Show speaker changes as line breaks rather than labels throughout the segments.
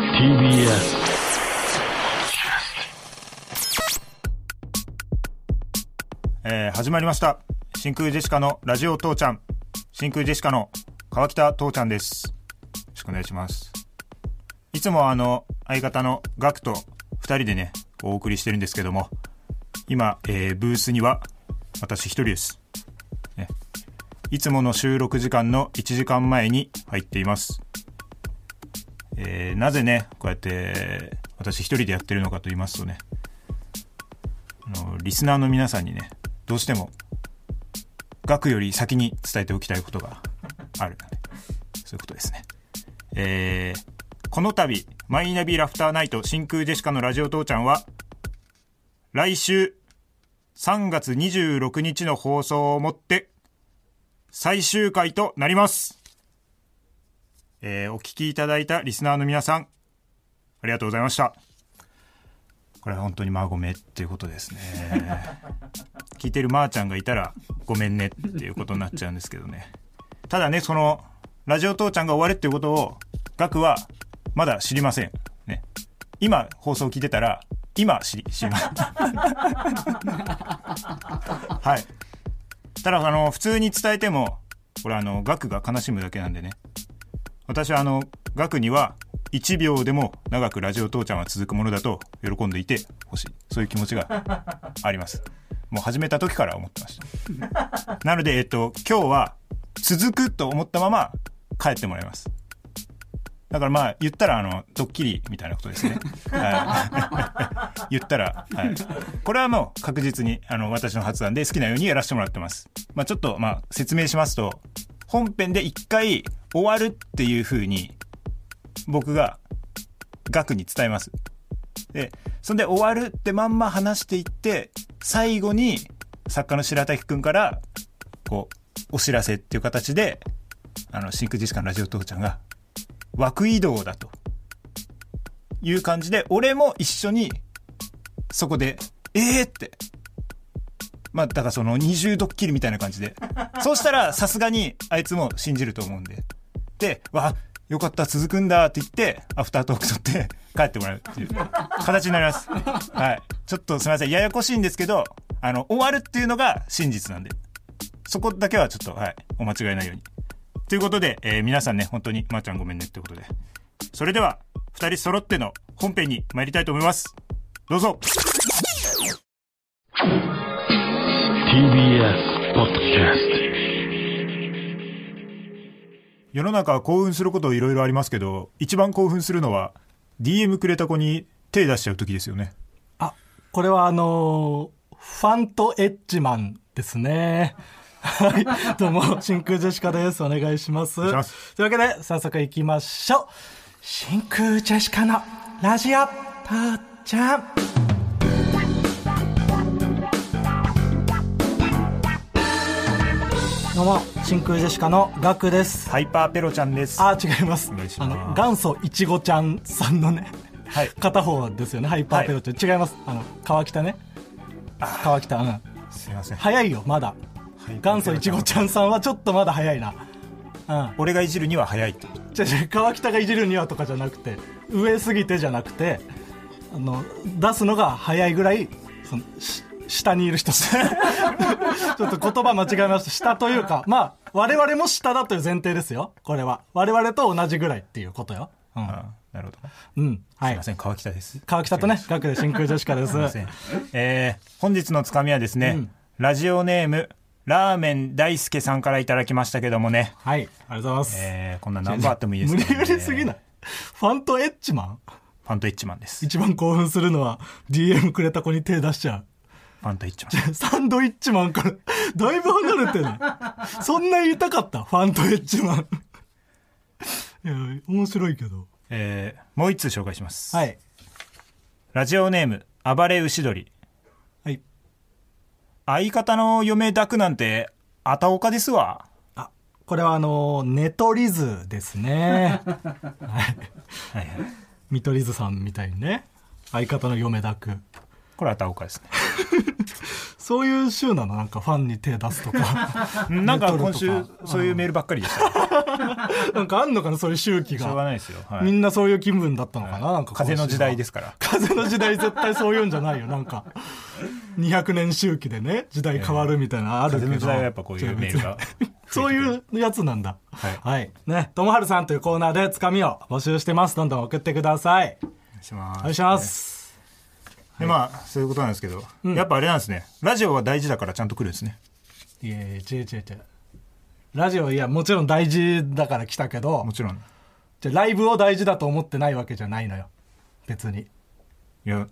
TBS
えー始まりました真空ジェシカのラジオ父ちゃん真空ジェシカの川北父ちゃんですよろしくお願いしますいつもあの相方のガクと2人でねお送りしてるんですけども今、えーブースには私1人です、ね、いつもの収録時間の1時間前に入っていますえーなぜねこうやって私一人でやってるのかと言いますとねあのリスナーの皆さんにねどうしても額より先に伝えておきたいことがあるそういうことですねえーこの度マイナビラフターナイト真空ジェシカのラジオ父ちゃんは来週3月26日の放送をもって最終回となりますえーお聞きいただいたリスナーの皆さん、ありがとうございました。これは本当にまあごめんっていうことですね。 聞いてるまーちゃんがいたらごめんねっていうことになっちゃうんですけどね。ただね、その、ラジオ父ちゃんが終わるっていうことを、ガクはまだ知りません。ね。今放送聞いてたら、今知り、知ります。 はい。ただ、あの、普通に伝えても、これあの、ガクが悲しむだけなんでね。私はあの、ガクには1秒でも長くラジオ父ちゃんは続くものだと喜んでいてほしい。そういう気持ちがあります。もう始めた時から思ってました。なので、えっと、今日は続くと思ったまま帰ってもらいます。だからまあ、言ったらあの、ドッキリみたいなことですね。はい、言ったら、はい。これはもう確実にあの、私の発案で好きなようにやらせてもらってます。まあちょっとまあ、説明しますと、本編で一回終わるっていう風に僕がガクに伝えます。で、そんで終わるってまんま話していって、最後に作家の白滝くんから、こう、お知らせっていう形で、あの、真空ジェシカのラジオ父ちゃんが、枠移動だと。いう感じで、俺も一緒に、そこで、えーって。まあ、だからその二重ドッキリみたいな感じで。そうしたら、さすがに、あいつも信じると思うんで。で、わ、よかった、続くんだって言って、アフタートーク取って、帰ってもらうっていう形になります。はい。ちょっとすみません、ややこしいんですけど、あの、終わるっていうのが真実なんで。そこだけはちょっと、はい、お間違えないように。ということで、えー皆さんね、本当に、まー、ちゃんごめんねってことで。それでは、二人揃っての本編に参りたいと思います。どうぞ
TBS Podcast
世の中は興奮することいろいろありますけど、一番興奮するのは、DM くれた子に手出しちゃう時ですよね。
あ、これはあのーファントエッジマンですね。 はい。どうも、真空ジェシカです。お願いします。
願いします
というわけで、早速行きましょう。真空ジェシカのラジオ、たーちゃん。どうも、真空ジェシカのガクです。
ハイパーペロちゃんです。
あ、違います。
お願いし
あ
ます
の、元祖いちごちゃんさんのね、
はい
片方ですよね、ハイパーペロちゃん。違います。あの、川北ね。川北、うん。
すいません。
早いよ、まだ。元祖いちごちゃんさんはちょっとまだ早いな。うん。
俺がいじるには早いって。
じゃじゃ川北がいじるにはとかじゃなくて、上すぎてじゃなくて、あの、出すのが早いぐらい、その、し下にいる人。 ちょっと言葉間違えました。下というか、まあ、我々も下だという前提ですよ。これは。我々と同じぐらいっていうことよ。うん。
あなるほど。
うん。は
すい
い
ま。せん、川北です。
川北とね、学で真空ジェシカです。
すいません。えー本日のつかみはですね、
うん
ラジオネーム、ラーメン大輔さんからいただきましたけどもね、
はい。ありがとうございます。
えーこんな何個あってもいいです
無
け
理
どね
やりすぎない。ファントエッチマン
ファントイッチマンです。
一番興奮するのは DM くれた子に手出しちゃ
ファントイッチマン。
う。サンドイッチマンから、だいぶ離れてね。そんな言いたかったファントエッチマン。いや、面白いけど。
えーもう一通紹介します。
はい。
ラジオネーム、暴れ牛鳥。
はい。
相方の嫁抱くなんて、あたおかですわ。
あ、これはあの、ネトリズですね。
はいはい。
見取り図さんみたいにね。相方の嫁抱く。
これあたおかですね。
そういう週なのなんかファンに手出す とか
なんか
レ
今
トロとか
週そういうメールばっかりでした
なんかあんのかなそういう周期
しょう
が
がないですよ、はい
みんなそういう気分だったのかな,、なんか
風の時代ですすから
風の時代絶対そういうんじゃないよなんか200年周期でね時代変わるみたいなのある
風
けど、
の時代はやっぱこういうメールが
そういうやつなんだ。はいい。ね、ともはるさんというコーナーでつかみを募集してます。どんどん送ってください。
お願いしま
お
す
願いします。
でまあそういうことなんですけど、やっぱあれなんですねラジオは大事だからちゃんと来るんですね
いやいや、違う違う違う。ラジオ、いや、もちろん大事だから来たけど
も、ちろん
じゃあライブを大事だと思ってないわけじゃないのよ。別に。
いや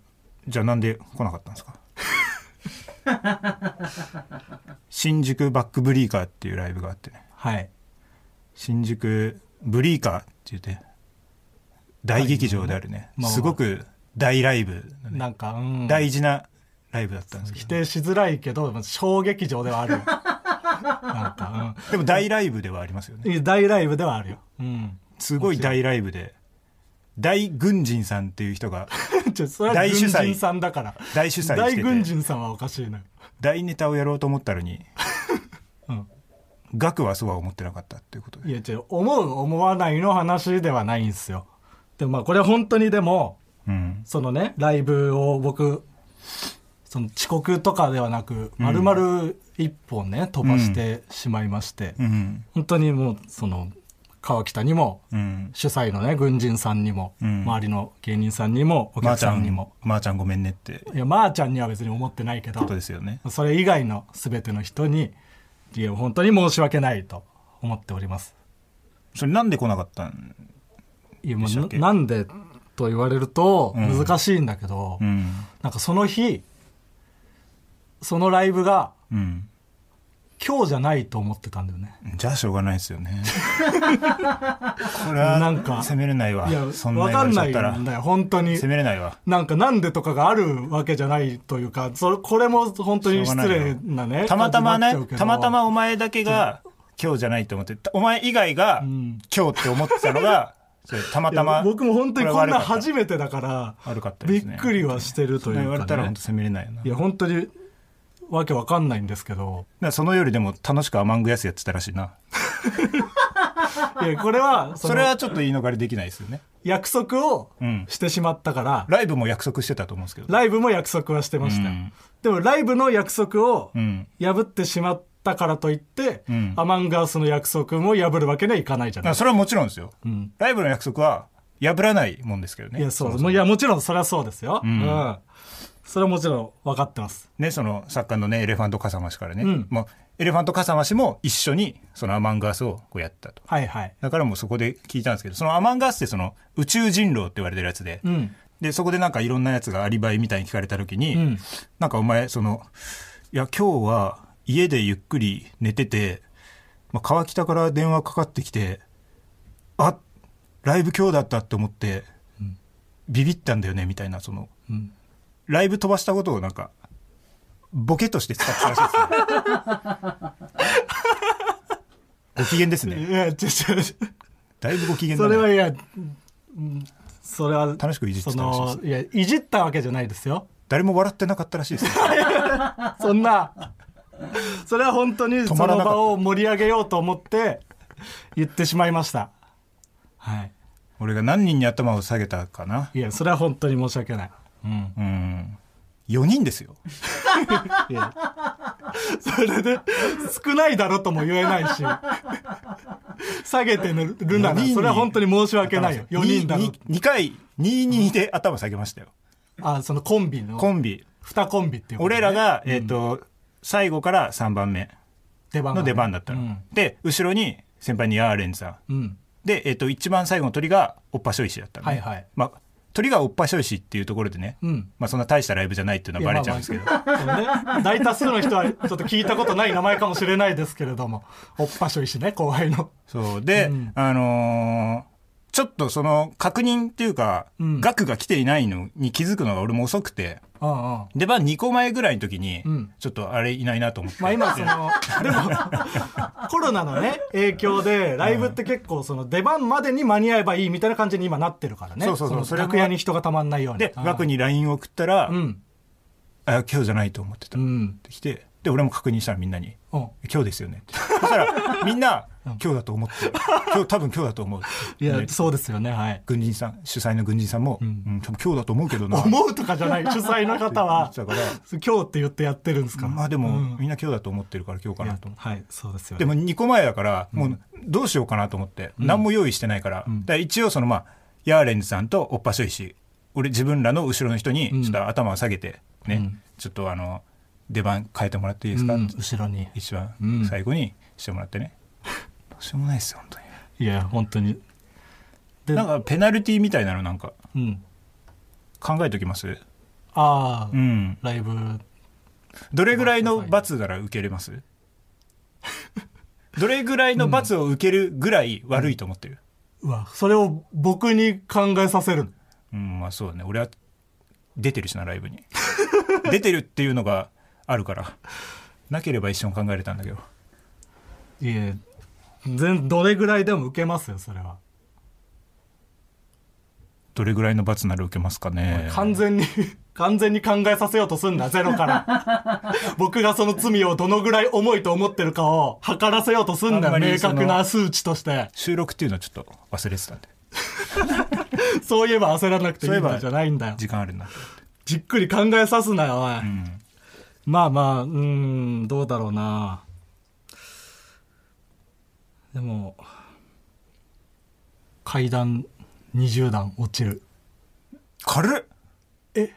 じゃあなんで来なかったんです か新宿バックブリーカーっていうライブがあってね
はい。
新宿ブリーカーって言って大劇場であるね、
まあ
すごく大ライブのね、
なんか、うん。
大事なライブだったんですけ
否
ど
定しづらいけど、まあ小劇場ではあるよ。 なんか、
でも大ライブではありますよね
うんいや。大ライブではあるよ。うん。
すごい大ライブで大軍人さんっていう人 が
ちょそれは
大
軍
主催
人さんだから。
大主催してて
大軍人さんはおかしいのよ。
大ネタをやろうと思ったのに、
うん
額はそうは思ってなかったっていうこと
い
で、
や、違う、思う、思わないの話ではないんですよ。でもまあ、これは本当にでも、
うん、
そのね、ライブを僕、その遅刻とかではなく、
ん
丸々一本ね、飛ばしてしまいまして、
うん
本当にもう、その、川北にも、
うん
主催のね、軍人さんにも、
うん
周りの芸人さんにも、お
まー、
客
ち
さ
ゃん
んに
に
も
も、、まー、ちゃんごめんねって
いや、まー、ちゃんには別に思ってないけど
こ、とですよね
それ以外の全ての人に、いや、本当に申し訳ないと思っております。
それなんで来なかったん
いやも
でしたっ
う
け
ななんでと言われると
うん
難しいんだけど、
うん
なんかその日そのライブが
うん
今日じゃないと思ってたんだよね
じゃあしょうがないですよ ねこれ
なんか
は責めれないわ
いやわ
そんな言
か
われ
ん
ち
な
ゃ
い
ったら
んだよ本当に
責めれないわ
なんかなんでとかがあるわけじゃないというかそれこれも本当に失礼なね
たまたま
感
ね
じになっちゃうけど
たまたまお前だけが今日じゃないと思ってたお前以外が
ん
今日って思ってたの が、それたま
いや
たま
僕も本当にこんな初
め
めてだから
悪かったで
び
す
っ
ね
くりはしてるというか、ね、
言われたら本当責めれないよない
や本当にわけわかんないんですけど
だからその夜でも楽しくアマングヤスやってたらしいない
やこれは
そ
の
れはちょっと言い逃れできないですよね
約束を
うん
してしまったから、
ライブも約束してたと思うんですけど
ライブも約束はしてましたよ、
うん
でもライブの約束を
うん
破ってしまったからといって、
うん
アマンガースの約束も破るわけにはいかないじ
だか
ゃない
らそれはもちろんですよ、
ん
ライブの約束は破らないもんですけどね
いやそう
も
も
も
ういやもちろんそれはそうですよ、うん
ん
それはもちろん分かってます
ねその作家のねエレファントカサマシからね、
ん
まあ、エレファントカサマシも一緒にそのアマンガースをこうやったと
はいはい
だからもうそこで聞いたんですけどそのアマンガースってその宇宙人狼って言われてるやつで、
うん
でそこでなんかいろんなやつがアリバイみたいに聞かれた時に、
ん
なんかお前そのいや今日は家でゆっくり寝てて、まあ、川北から電話かかってきてあライブ今日だったって思って、ビビったんだよねみたいなその、
ん
ライブ飛ばしたことをなんかボケとして使ってたらしい ですねご機嫌です
い
ね
や違う違う
だいぶご機嫌だ
それ
ね
はいやうんそれは
楽しくいじって
そ
たらしいです
のいやいじったわけじゃないですよ
誰も笑ってなかったらしいですね
そんな、それは本当にそ
止まら
の
なかった
場を盛り上げようと思って言ってしまいました。はい。
俺が何人に頭を下げたかない
や、それは本当に申し訳ない。うん。
うん4人ですよ
いや、それで少ないだろとも言えないし、下げてるな
四
ら、
人に
それは本当に申し訳ないよ。4人だろ
に。に2回22で頭下げましたよ
あ、そのコンビの、
コンビ
2コンビっていうことね
俺らが、えっと最後から3番目
出番が
の出番だったの、
うん
で後ろに先輩にヤーレンさん
うん。
で、えっと一番最後の鳥がおっぱしょいしだったのね、
はいはい
まあ、鳥がおっぱしょいしっていうところでね、
うん
まあ、そんな大したライブじゃないっていうのはバレちゃうんですけど、
いやまあまあそうね大多数の人はちょっと聞いたことない名前かもしれないですけれども、おっぱしょいしね、後輩の。
そうで、あのーちょっとその確認っていうか、
うん
額が来ていないのに気づくのが俺も遅くて
うんうん。
出番2個前ぐらいの時に、
うん
ちょっとあれいないなと思って、
まあ今その、でも、コロナのね、影響で、ライブって結構その出番までに間に合えばいいみたいな感じに今なってるからね。
そうそうそう
の
それも
楽屋に人がたまんないように。
で
うん
額に LINE を送ったら、
うん。
あ今日じゃないと思ってた」
う
っ
ん。
て来てで俺も確認したらみんなに
うん。
「今日ですよね」ってそした らみんな「今日だと思って今日多分今日だと思う」
いや、
ね
そうですよね、はい。
軍人さん主催の軍人さんも「うん、多分今日だと思うけどな」
思うとかじゃない、主催の 方は
だ。から
今日って言ってやってるんですから。
まあで
う
も
ん
みんな今日だと思ってるから今日かなと思って。
はい、そうですよ
で
ね。
も2個前だから、もうどうしようかなと思って、何も用意してないから、だから一応そのまあ、ヤーレンズさんとおっぱしょいし、俺自分らの後ろの人に、
ん
ちょっと頭を下げて、ね、ちょっとあの、出番変えてもらっていいですか、
うん後ろに。
一番
うん
最後にしてもらってね。どうしようもないですよ、本当に。
いや、本当に。で
なんかペナルティみたいなのなんか
うん。
考えときます
ああ、
うん。
ライブ。
どれぐらいの罰なら受けれます どれぐらいの罰を受けるぐらい悪いと思ってる、
うわ、それを僕に考えさせる。
うん、まあそうだね。俺は出てるしな、ライブに。 出てるっていうのがあるから。なければ一緒に考えれたんだけど。
いえ、全、どれぐらいでも受けますよ、それは。
どれぐらいの罰なら受けますかね。
完全に、 完全に考えさせようとすんな、ゼロから。 僕がその罪をどのぐらい重いと思ってるかを測らせようとすん
あんま
な、
り
明確
そ
な
の
数値として。
収録っていうのはちょっと忘れてたんで。
そういえば焦らなくていい
そういえ
ん
ば
だじゃないんだよ。
時間あるなって。
じっくり考えさすなよ、おい。
うん。
まあまあ、うーん、どうだろうな。でも、階段20段落ちる。
軽っ
え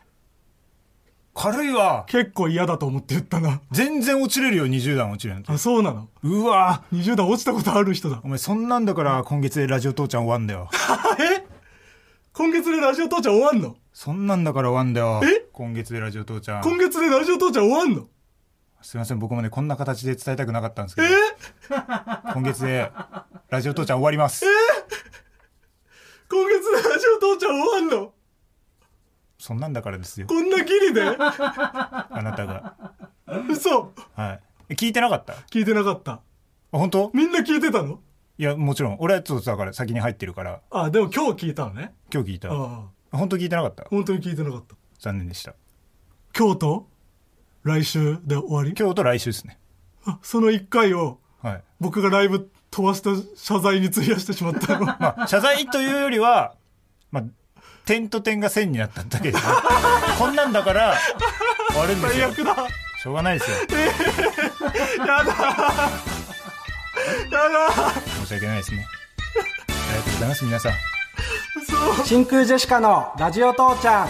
軽いわ
結構嫌だと思って言ったな。
全然落ちれるよ、20段落ちるなんて。
あ、そうなの
うわ
?20 段落ちたことある人だ。
お前そんなんだから今月でラジオ父ちゃん終わんだよ。
え今月でラジオ父ちゃん終わんの
そんなんだから終わんだよ
え。
今月でラジオ父ちゃ
今
ん。
月でラジオ父ちゃん終わんの
すいません、僕もね、こんな形で伝えたくなかったんですけ
え
ど。今月でラジオ父ちゃん終わります。
今月でラジオ父ちゃん終わんの
そんなんだからですよ、
こんなギリで
あなたが。
嘘
はい。え聞いてなかったあ
聞いてなかった。
本当
みんな聞いてたの
いや、もちろん。俺はちょっとだから先に入ってるから、
あ、でも今日聞いたのね。
今日聞いた。
ああ。
本当聞いてなかった
本当に聞いてなかった。
残念でした。
京都来週で終わり
今日と来週ですね。
あその1回を
はい。
僕がライブ飛ばした謝罪に 費やしてしまったの
まあ、謝罪というよりは、まあ、点と点が線になっただけですね。 こんなんだから、終わるんです
最
よ。
悪だ
しょうがないですよ。
やだやだ
申し訳ないですね。ありがとうございます、皆さん。
真空ジェシカのラジオ父ちゃん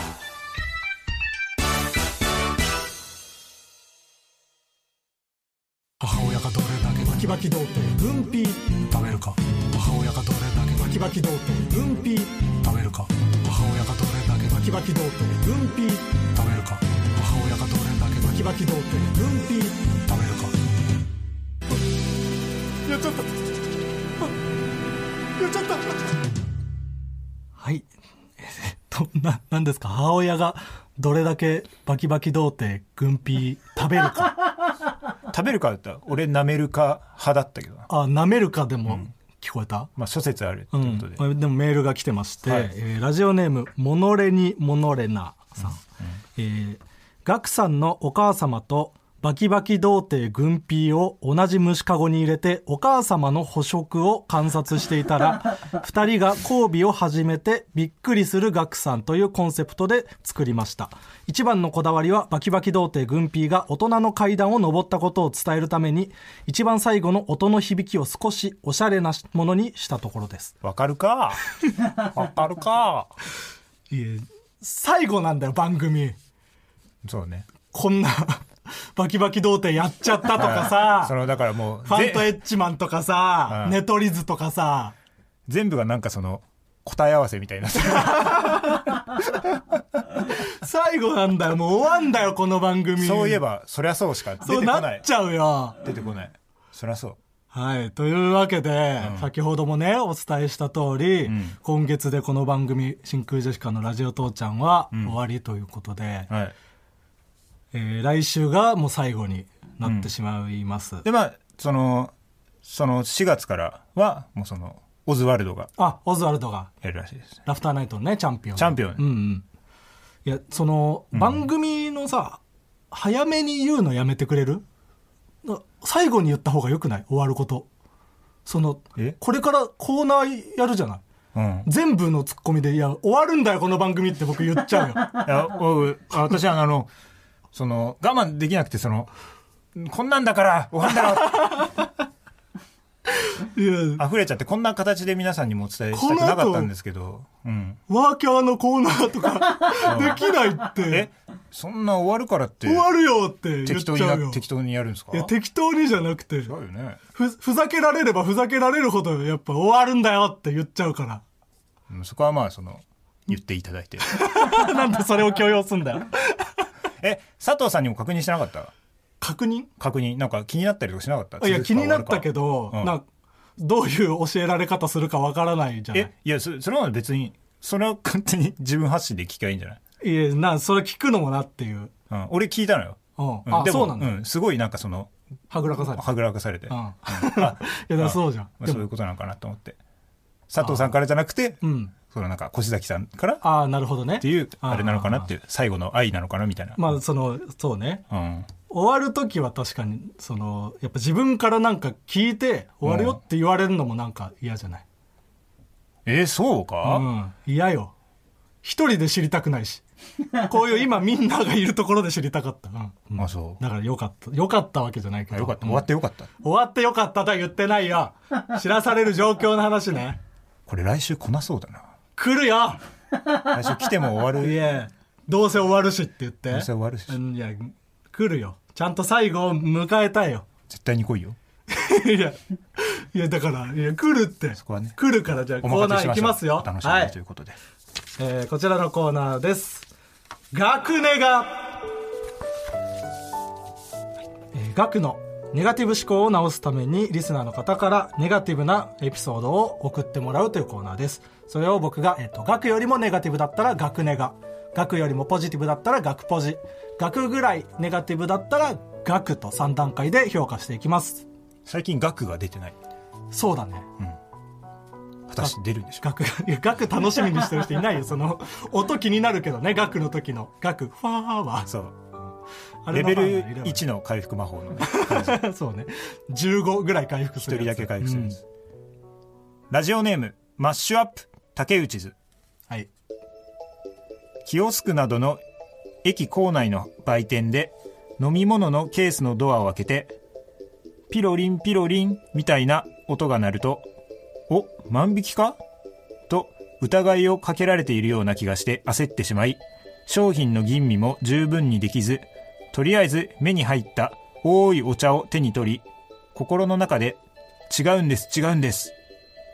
母親がどれだけバキバキ童貞軍ピー食べるか母親がどれだけバキバキ童貞軍ピー食べるか母親がどれだけバキバキ童貞軍ピー食べるか母親がどれだけバキバキ童貞軍ピー食べるかやっちゃったやっちゃったはい とな何ですか母親がどれだけバキバキ童貞軍ピー食べるか
食べるかだったら、俺舐めるか派だったけどな。
あ、舐めるかでも聞こえた、
まあ、諸説あるって
うん
ことで。
でもメールが来てまして、
はい
えーラジオネーム、モノレニモノレナさん。えーガクさんのお母様とバキバキ童貞軍ピーを同じ虫かごに入れてお母様の捕食を観察してい たら、二人が交尾を始めてびっくりするガクさんというコンセプトで作りました。一番のこだわりはバキバキ童貞軍ピーが大人の階段を登ったことを伝えるために、一番最後の音の響きを少しおしゃれなものにしたところです。
わかる かわかるか
いえ、最後なんだよ、番組。
そうね。
こんな、 バキバキ童貞やっちゃったとか
そ
さ、
のだからもう
ファントエ
ぜ
ッチマンとかさ
う、ん
ネトリズとかさ、
全部がなんかその答え合わせみたいになってる
最後なんだよ、もう終わんだよ、この番組。
そういえばそりゃそうしか出て
そう
こ
な
な
っ
い
ちゃうよ。
出てこないそりゃそう
はい。というわけで、先ほどもね、お伝えした通り、今月でこの番組、真空ジェシカのラジオ父ちゃんは終わりということで、
はい
えー来週がもう最後になってしまいます。
でまあそのその4月からはもうそのオズワルドが
あ、オズワルドが
やるらしいですね
ラフターナイトのね、チャンピオン。
チャンピオン
うんうん。いや、その、番組のさ、早めに言うのやめてくれるな最後に言った方がよくない終わること。その
え、
これからコーナーやるじゃない
うん。
全部のツッコミで、いや、終わるんだよ、この番組って僕言っちゃうよ。
いやおうあ私はあの、その、我慢できなくて、その、こんなんだから、おはんだろ、
いや、
溢れちゃって、こんな形で皆さんにもお伝えしたくなかったんですけど、うん。
ワーキャーのコーナーとか、できないって
え、、そんな終わるからって、
終わるよって言っ
適当
ち
にな
ゃうよ。
適当にやるんですか
いや、適当にじゃなくて
違う、よね。
ふ、ふざけられればふざけられるほど、やっぱ終わるんだよって言っちゃうか
うんそこはまあ、その、言っていただいて。
ら。 なんでそれを強要すんだよ。
え、佐藤さんにも確認してなかった
確認
確認、なんか気になったりとかしなかった
いや、気になったけ。
続くか終わるか
ど、
うん
なんかどういう教えられ方するかわからないじゃない
え。いやそそれは別にそれは勝手に自分発信で聞きゃいいんじゃない、
いや、な、それ聞くのもなっていう。
うん、俺聞いたのよ、
うん。
うん
あ、
でも
そうなんだ。
ん、すごいなんかその
はぐらかされた。
はぐらかされて、
うん。い
ま
や、だからそうじゃん。
あそ
で
うい
も、
うことなのかなと思って佐藤さんからじゃなくて
うん。
そのなんか越崎さんからっ
ああ、なるほどね。って
いうあれなのかなっていう最後の愛なのかなみたいな、
まあ、その、そうね。
うん、
終わる時は確かにそのやっぱ自分からなんか聞いて終わるよって言われるのもなんか嫌じゃない、
えーそう
う
か、
ん、嫌よ一人で知りたくないしこういう今みんながいるところで知りたかった、うん
あそう
だからよかったよかったわけじゃないけ
あ
ど
よかった
うん
終わってよかった、
終わってよかったとは言ってないよ知らされる状況の話ね
これ来週来なそうだな
来るよ
来週来ても終わ
い
る
えどうせ終わるしって言って
どうせ終わるし
うんいや来るよちゃんと最後を迎えたいよ
絶対に来いよ
いや、いやだから、いや、来るって。
こはね
来るから、じゃあ、コ
お
ー
任
ナ
せし
ー
ましょ
行き
う
ますよ。
お楽し
は
み
い
にということで、
えーこちらのコーナーです。学ネガ。えー学のネガティブ思考を直すために、リスナーの方からネガティブなエピソードを送ってもらうというコーナーです。それを僕が、えっ、と、学よりもネガティブだったら学ネガ。学よりもポジティブだったら学ポジ。学ぐらいネガティブだったら学と3段階で評価していきます。
最近額が出てない
そうだね。
果たして出るんでしょうか
額いや額楽しみにしてる人いないよその音気になるけどね額の時の額ファーは
そう
あ
レ
の
ベ
ファー
ル
はいらない
1の回復魔法のね
そうね15ぐらい回復す
一
る
人
や
だ
つ
け回復するんです、
うん
ラジオネームマッシュアップ竹内図
はい
キオスクなどの駅構内の売店で飲み物のケースのドアを開けてピロリンピロリンみたいな音が鳴るとお万引きかと疑いをかけられているような気がして焦ってしまい商品の吟味も十分にできずとりあえず目に入った多いお茶を手に取り心の中で違うんです違うんです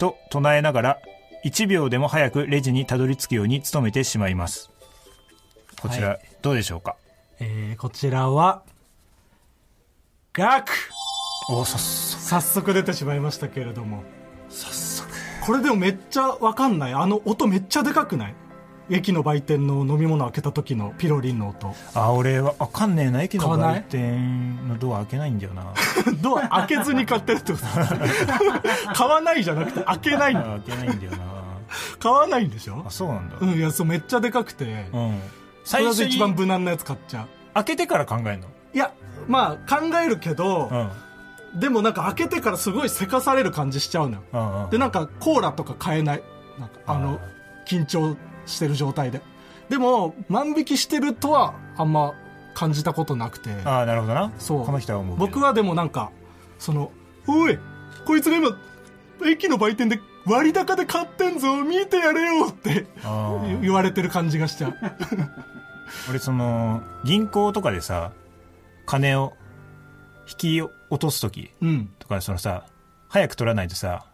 と唱えながら1秒でも早くレジにたどり着くように努めてしまいますこちら、
は
どうでしょうか
えーこちらは額
おさっそ
早速出てしまいましたけれども早速これでもめっちゃわかんないあの音めっちゃでかくない駅の売店の飲み物開けた時のピロリンの音
あ俺はわかんねえな駅の
買わない
売店のドア開けないんだよ な
ドア開けずに買ってるってこと 買わないじゃなくて開けないんだ
あ開けないんだよな
買わないんでしょ
あそうなんだ
うんいやそうめっちゃでかくて、
うん、
と
最
りあえ
初
ず一
に
番無難なやつ買っちゃ
開けてから考えるの
ういやまあ考えるけど
う、ん
でもなんか開けてからすごいせかされる感じしちゃうのよ、
うんうん
でなんかコーラとか買えないなんかあの緊張してる状態ででも万引きしてるとはあんま感じたことなくて
ああなるほどな
そう
この人は思うけど
僕はでもなんかその「おいこいつが今駅の売店で割高で買ってんぞ見てやれよ」って
あー
言われてる感じが しちゃう
俺その銀行とかでさ金を引き落とす時
うん
とかそのさ早く取らないとさ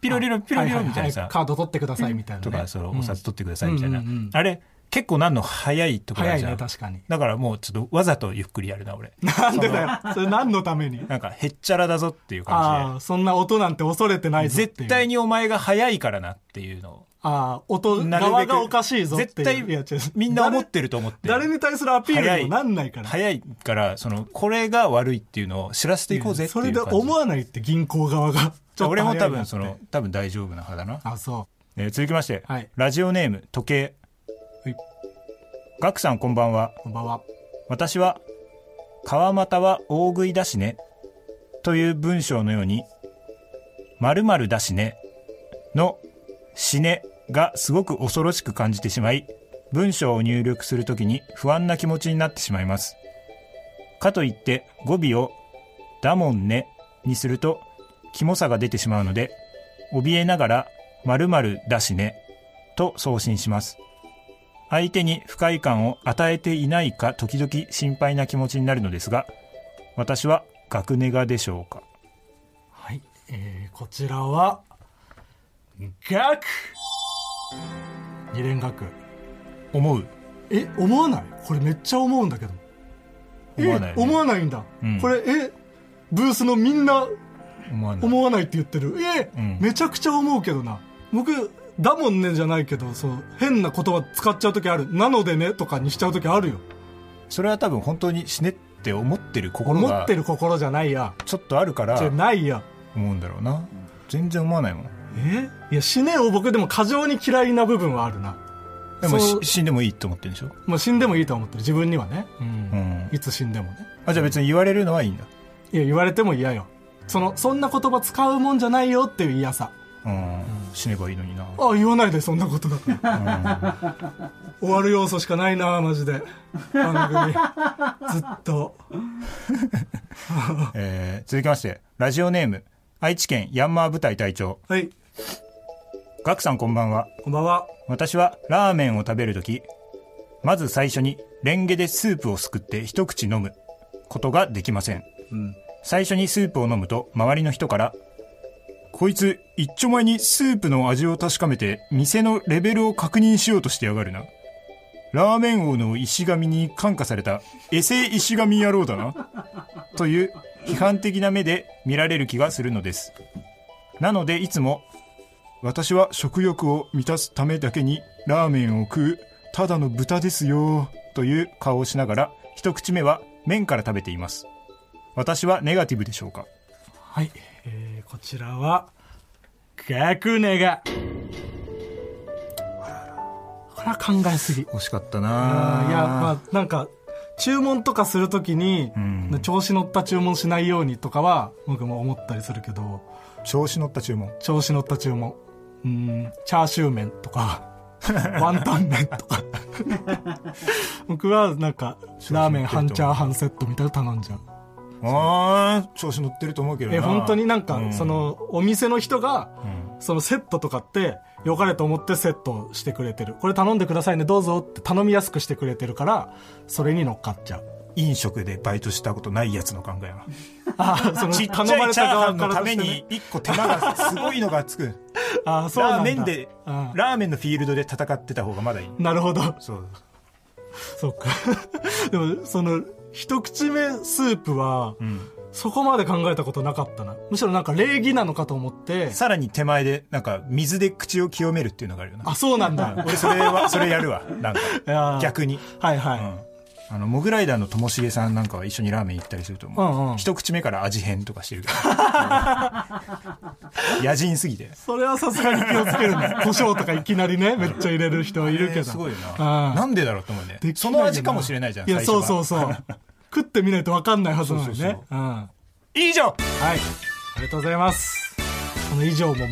ピロリロピロリロみたいな
ははは
さ
カード取ってくださいみたいなね
とかその
うん
お札取ってくださいみたいな
うんうんうん
あれ結構なんの早いところ
早
ある
い
じゃ
ね
ん
確かに
だからもうちょっとわざとゆっくりやるな俺
なんでだよそれ何のために
なんかへっちゃらだぞっていう
あ
感
あそんな音なんて恐れてない
じ
ぞ
で
ってい
絶
う
対にお前が早いからなっていうのを
ああ音
なるべ
側
く
がおかしいぞっていう
絶
いや違う
対みんな思ってると思って
誰誰に対するアピールにもなんないから
早いからそのこれが悪いっていうのを知らせていこうぜって
そ
い
れ
う
で
感じ
思わないって銀行側がちょっと
俺も多
早いな
分
って
その多分大丈夫な派だな、
あそ
えー続きまして、
はい
ラジオネーム時計
はい
ガクさんこんばんは
うこんばんは
私は川又は大食いだしね」という文章のように「〇〇だしね」の「死ね」がすごく恐ろしく感じてしまい文章を入力するときに不安な気持ちになってしまいますかといって語尾を「だもんね」にするとキモさが出てしまうので怯えながら「〇〇だしね」と送信します相手に不快感を与えていないか時々心配な気持ちになるのですが私は学ネガでしょうか
はい、えーこちらは学二連学
思う
え思わないこれめっちゃ思うんだけど
思わないよ
え
ね
思わないんだ、
うん
これえブースのみんな
思わない
思わないって言ってるえ、
うん
めちゃくちゃ思うけどな僕だもんねじゃないけどその変な言葉使っちゃう時あるなのでねとかにしちゃう時あるよ
それは多分本当に死ねって思ってる心
思
が
ってる心じゃないや
ちょっとあるから
じゃないや
思うんだろうな全然思わないもん
えいや死ねを僕でも過剰に嫌いな部分はあるな
でも
そう
し死んでもいいって思ってるんでしょ
もう死んでもいいとは思ってる自分にはね、
うん
いつ死んでもね
あじゃあ別に言われるのはいいんだ
いや言われても嫌よそのそんな言葉使うもんじゃないよっていう嫌さ
うん死ねばいいのにな
あ言わないでそんなことだから、終わる要素しかないなマジで番組ずっと
えー続きましてラジオネーム愛知県ヤンマー部隊隊長
はい
ガクさんこんばんは
こんばんは
私はラーメンを食べるとき、まず最初にレンゲでスープをすくって一口飲むことができません。最初にスープを飲むと周りの人から、こいつ一丁前にスープの味を確かめて店のレベルを確認しようとしてやがるな。ラーメン王の石神に感化されたエセ石神野郎だな。という批判的な目で見られる気がするのです。なのでいつも私は食欲を満たすためだけにラーメンを食うただの豚ですよという顔をしながら一口目は麺から食べています私はネガティブでしょうか
はい、えーこちらは学ネガこれは考えすぎ
惜しかった
あ
な
ーいやまあなんか注文とかするときに、
ん
調子乗った注文しないようにとかは僕も思ったりするけど
調子乗った注文
調子乗った注文うんチャーシュー麺 とかワンタン麺とか僕はなんかラーメン半チャーハンセットみたいなの頼んじゃう
ああ調子乗ってると思うけどな
え本当になんか、
うん
そのお店の人が、そのセットとかって良かれと思ってセットをしてくれてるこれ頼んでくださいねどうぞって頼みやすくしてくれてるからそれに乗っかっちゃう
飲食でバイトしたことないやつの考えは
あその
ちっちゃい
頼まれ
チャー
た
ハ
側
ン
か
の
ら
た
とし
め
てね
に一個手間がすごいのがつく
あ そうなん
ラ
だ
ーメンで
あ
ラーメンのフィールドで戦ってた方がまだいい
なるほど
そう
そっか でもその一口目スープは、そこまで考えたことなかったなむしろなんか礼儀なのかと思って
さらに手前で、なんか、水で口を清めるっていうのがあるよな。
あそうなんだ
俺、それは、それやるわ。なん
い
か、
やー
逆に。
はいは
う
い、
ん。あの、モグライダーのともしげさんなんかは一緒にラーメン行ったりすると思う。
うんうん
一口目から味変とか してるけど。野人すぎて。
それはさすがに気をつけ るね胡椒とかいきなりねめっちゃ入れる人はいるけど、
えーすごいよ
う
な。
ん
なんでだろうと思うね
できないよ。
その
な
味かもしれないじゃん。
いや
最
そう
初
そ
は
う そう食ってみないと分かんないはずなのにね
そうそう
うんはい
いじゃん
ありがとうございますこの以上ももう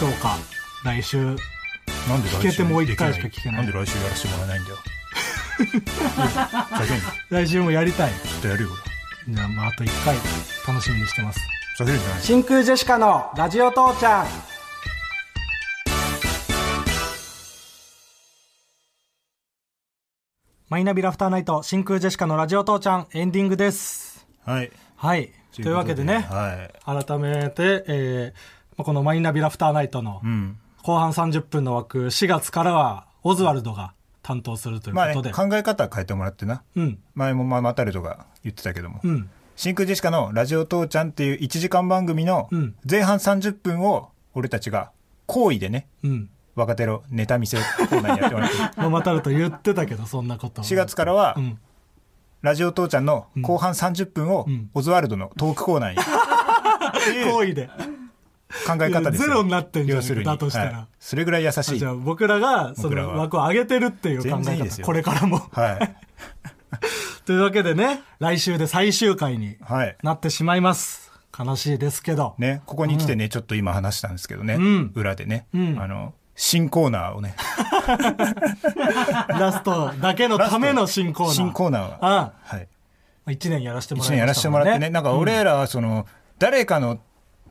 今日か来週
なんで来週
聞けてもう一回しか聞けない
できなんで来週やらせてもらえないんだよ。ふざけんな。
来週もやりたい
ちょっとやるよ。
じゃあもうあと1回楽しみにしてます
ふざけるんじゃない
真空ジェシカのラジオ父ちゃん
マイナビラフターナイト真空ジェシカのラジオ父ちゃんエンディングです
はい。
はいというわけでね
はい。
改めて、えーまあこのマイナビラフターナイトの
うん。
後半30分の枠4月からはオズワルドが担当するというこ
まあね、
とで、
考え方は変えてもらってな
うん
前もまあマタルトが言ってたけども、
うん
真空ジェシカの「ラジオ父ちゃん」っていう1時間番組の
うん
前半30分を俺たちが好意でね
うん
若手のネタ見せコーナーにやってもらって
まあ、またると言ってたけどそんなこと
4月からは、
うん
ラジオ父ちゃん」の後半30分を
ん
オズワルドのトークコーナーにっていう
好意で
考え方ですよ
ゼロになってんじゃん
要するに
だとしたら
はいそれぐらい優しい
じゃあ僕らがそ
僕ら
の
は
枠を上げてるっていう考え
全然いいで
方
すよ
これからも
はい
というわけでね、来週で最終回に
はい
なってしまいます。悲しいですけど。
ね、ここに来てね、ちょっと今話したんですけどね、
ん
裏でね、
ん
あの、新コーナーをね、
ラストだけのための新コーナー。
新コーナーは、
ああ
はい。
一年やらせても
一
らいました、
年やらせてもらってね、なん
う
か俺らはその、誰かの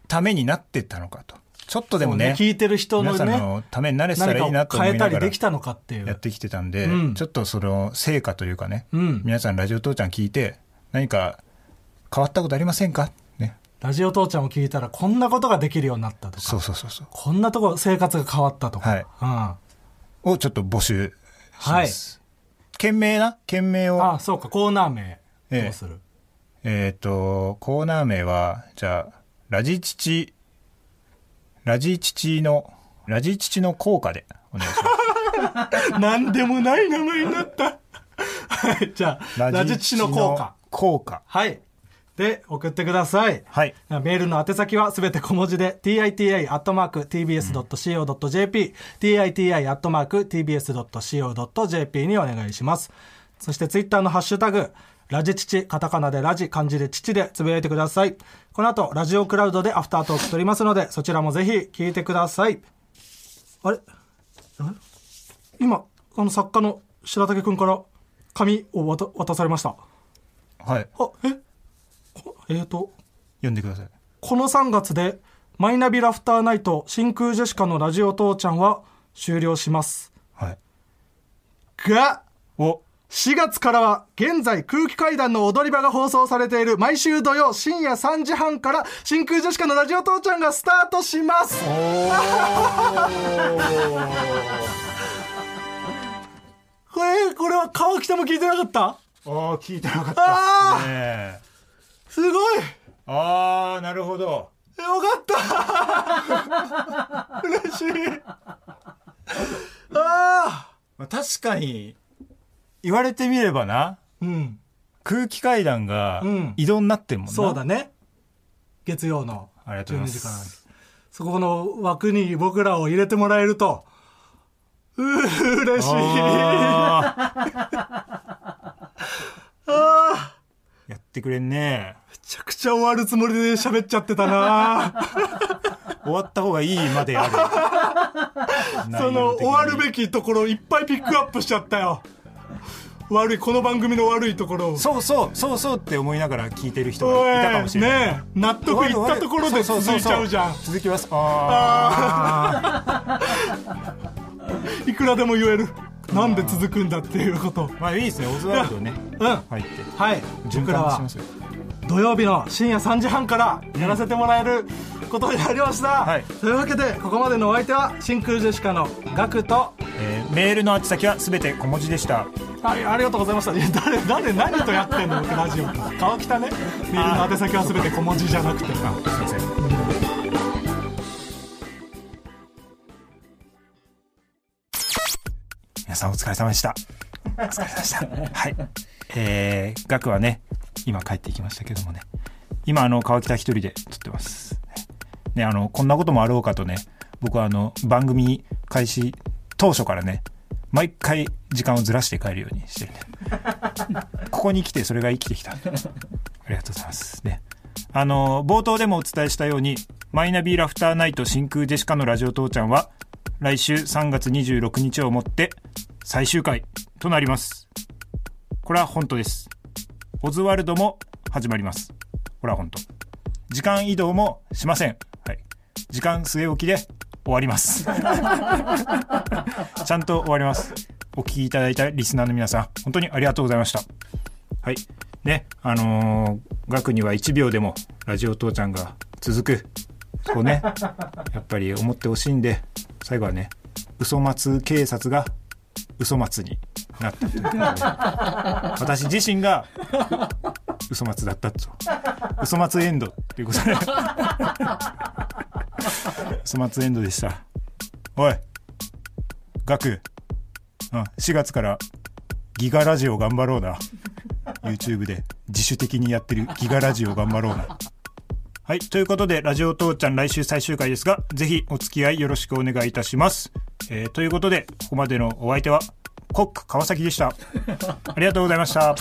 ためになってたのかと。ちょっとでもね、
聞いてる人の
皆さん
ね、
のためになれてたらいい
何
なと
かを
思
変
い
えた
なが
り
ら
できたのかってい
やっ。
う
てきてたんで、
うん
ちょっとその成果というかね、
うん
皆さんラジオ父ちゃん聞いて、何か変わったことありませんかね。
ラジオ父ちゃんを聞いたらこんなことができるようになったとか、
そうそうそうそう。
こんなとこ生活が変わったとか。
はいをちょっと募集します。件名な件名
うん。あ
を。
あ、そうか、コーナー名。
ええ
どうする、
えっ、と、コーナー名は、じゃあ、ラジ父、ラジ父の、ラジ父の効果でお願いします。
なんでもない名前になった。はい、じゃあ、ラジチの効果。。
効果。
はい。で、送ってください。
はい。
メールの宛先はすべて小文字で titi.tbs.co.jp、titi.tbs.co.jp にお願いします。そしてツイッターのハッシュタグ、ラジ父、カタカナでラジ、漢字で父でつぶやいてください。この後、ラジオクラウドでアフタートーク撮りますので、そちらもぜひ聞いてください。あれあれ今、あの作家の白竹くんから紙を渡渡されました。
はい。
あ、えこえーと、
読んでください。
この3月でマイナビラフターナイト真空ジェシカのラジオ父ちゃんは終了します
はい。
が
お、
4月からは現在空気階段の踊り場が放送されている毎週土曜深夜3時半から真空ジェシカのラジオ父ちゃんがスタートします これこれは川北も聞いてなかった
ああ、聞いてなかった。
ああ
ねえ
すごい
ああ、なるほど。
よかった 嬉しいああ
まあ、確かに、言われてみればな、
うん
空気階段が
うん
移動になってんもんな。
そうだね月曜の
ありがとうございます
12時からそこの枠に僕らを入れてもらえるとうー嬉しいあ
あ
あ
ーやってくれんね。
めちゃくちゃ終わるつもりで喋っちゃってたな
終わった方がいいまである。
その終わるべ
き。
きところをいっぱいピックアップしちゃったよ悪いこの番組の悪いところを
そうそう、そうそうって思いながら聞いてる人
お
がいたかもしれない。
ねえ納得いったところで続いちゃうじゃ
そ
ん
そそそ続きますあ
いくらでも言えるなんで続くんだっていうこと
ーまあいいですねオズワルドね
うん
入って
はい
循
僕ら
環し
は
ますよ
土曜日の深夜3時半からやらせてもらえることになりました、
はい
というわけでここまでのお相手は真空ジェシカのガクと
えーメールの宛先はすべて小文字でした
はいありがとうございましたいや誰誰何とやってんの僕ラジオ川北ねメールの宛先は全て小文字じゃなくて
あすいません皆さんお疲れ様でしたお疲れ様でしたはいえー、ガクはね今帰っていきましたけどもね今あの川北一人で撮ってますねあのこんなこともあろうかとね僕はあの番組開始当初からね毎回時間をずらして帰るようにしてるねここに来てそれが生きてきたありがとうございますねあの冒頭でもお伝えしたようにマイナビラフターナイト真空ジェシカのラジオ父ちゃんは来週3月26日をもって最終回となりますこれは本当ですオズワルドも始まりますこれは本当時間移動もしませんはい時間据え置きで終わります ちゃんと終わりますお聞きいただいたリスナーの皆さん本当にありがとうございましたはい。ね、あのー、学には1秒でもラジオ父ちゃんが続く。こうね、やっぱり思ってほしいんで、最後はね、嘘松警察が嘘松になったということで私自身が嘘松だったと。嘘松エンドっていうことで。嘘松エンドでした。おい、学、うん、4月からギガラジオ頑張ろうな。YouTube で自主的にやってるギガラジオ頑張ろうな。はい。ということで、ラジオ父ちゃん来週最終回ですが、ぜひお付き合いよろしくお願いいたします。えーということで、ここまでのお相手は、コック川崎でした。ありがとうございました。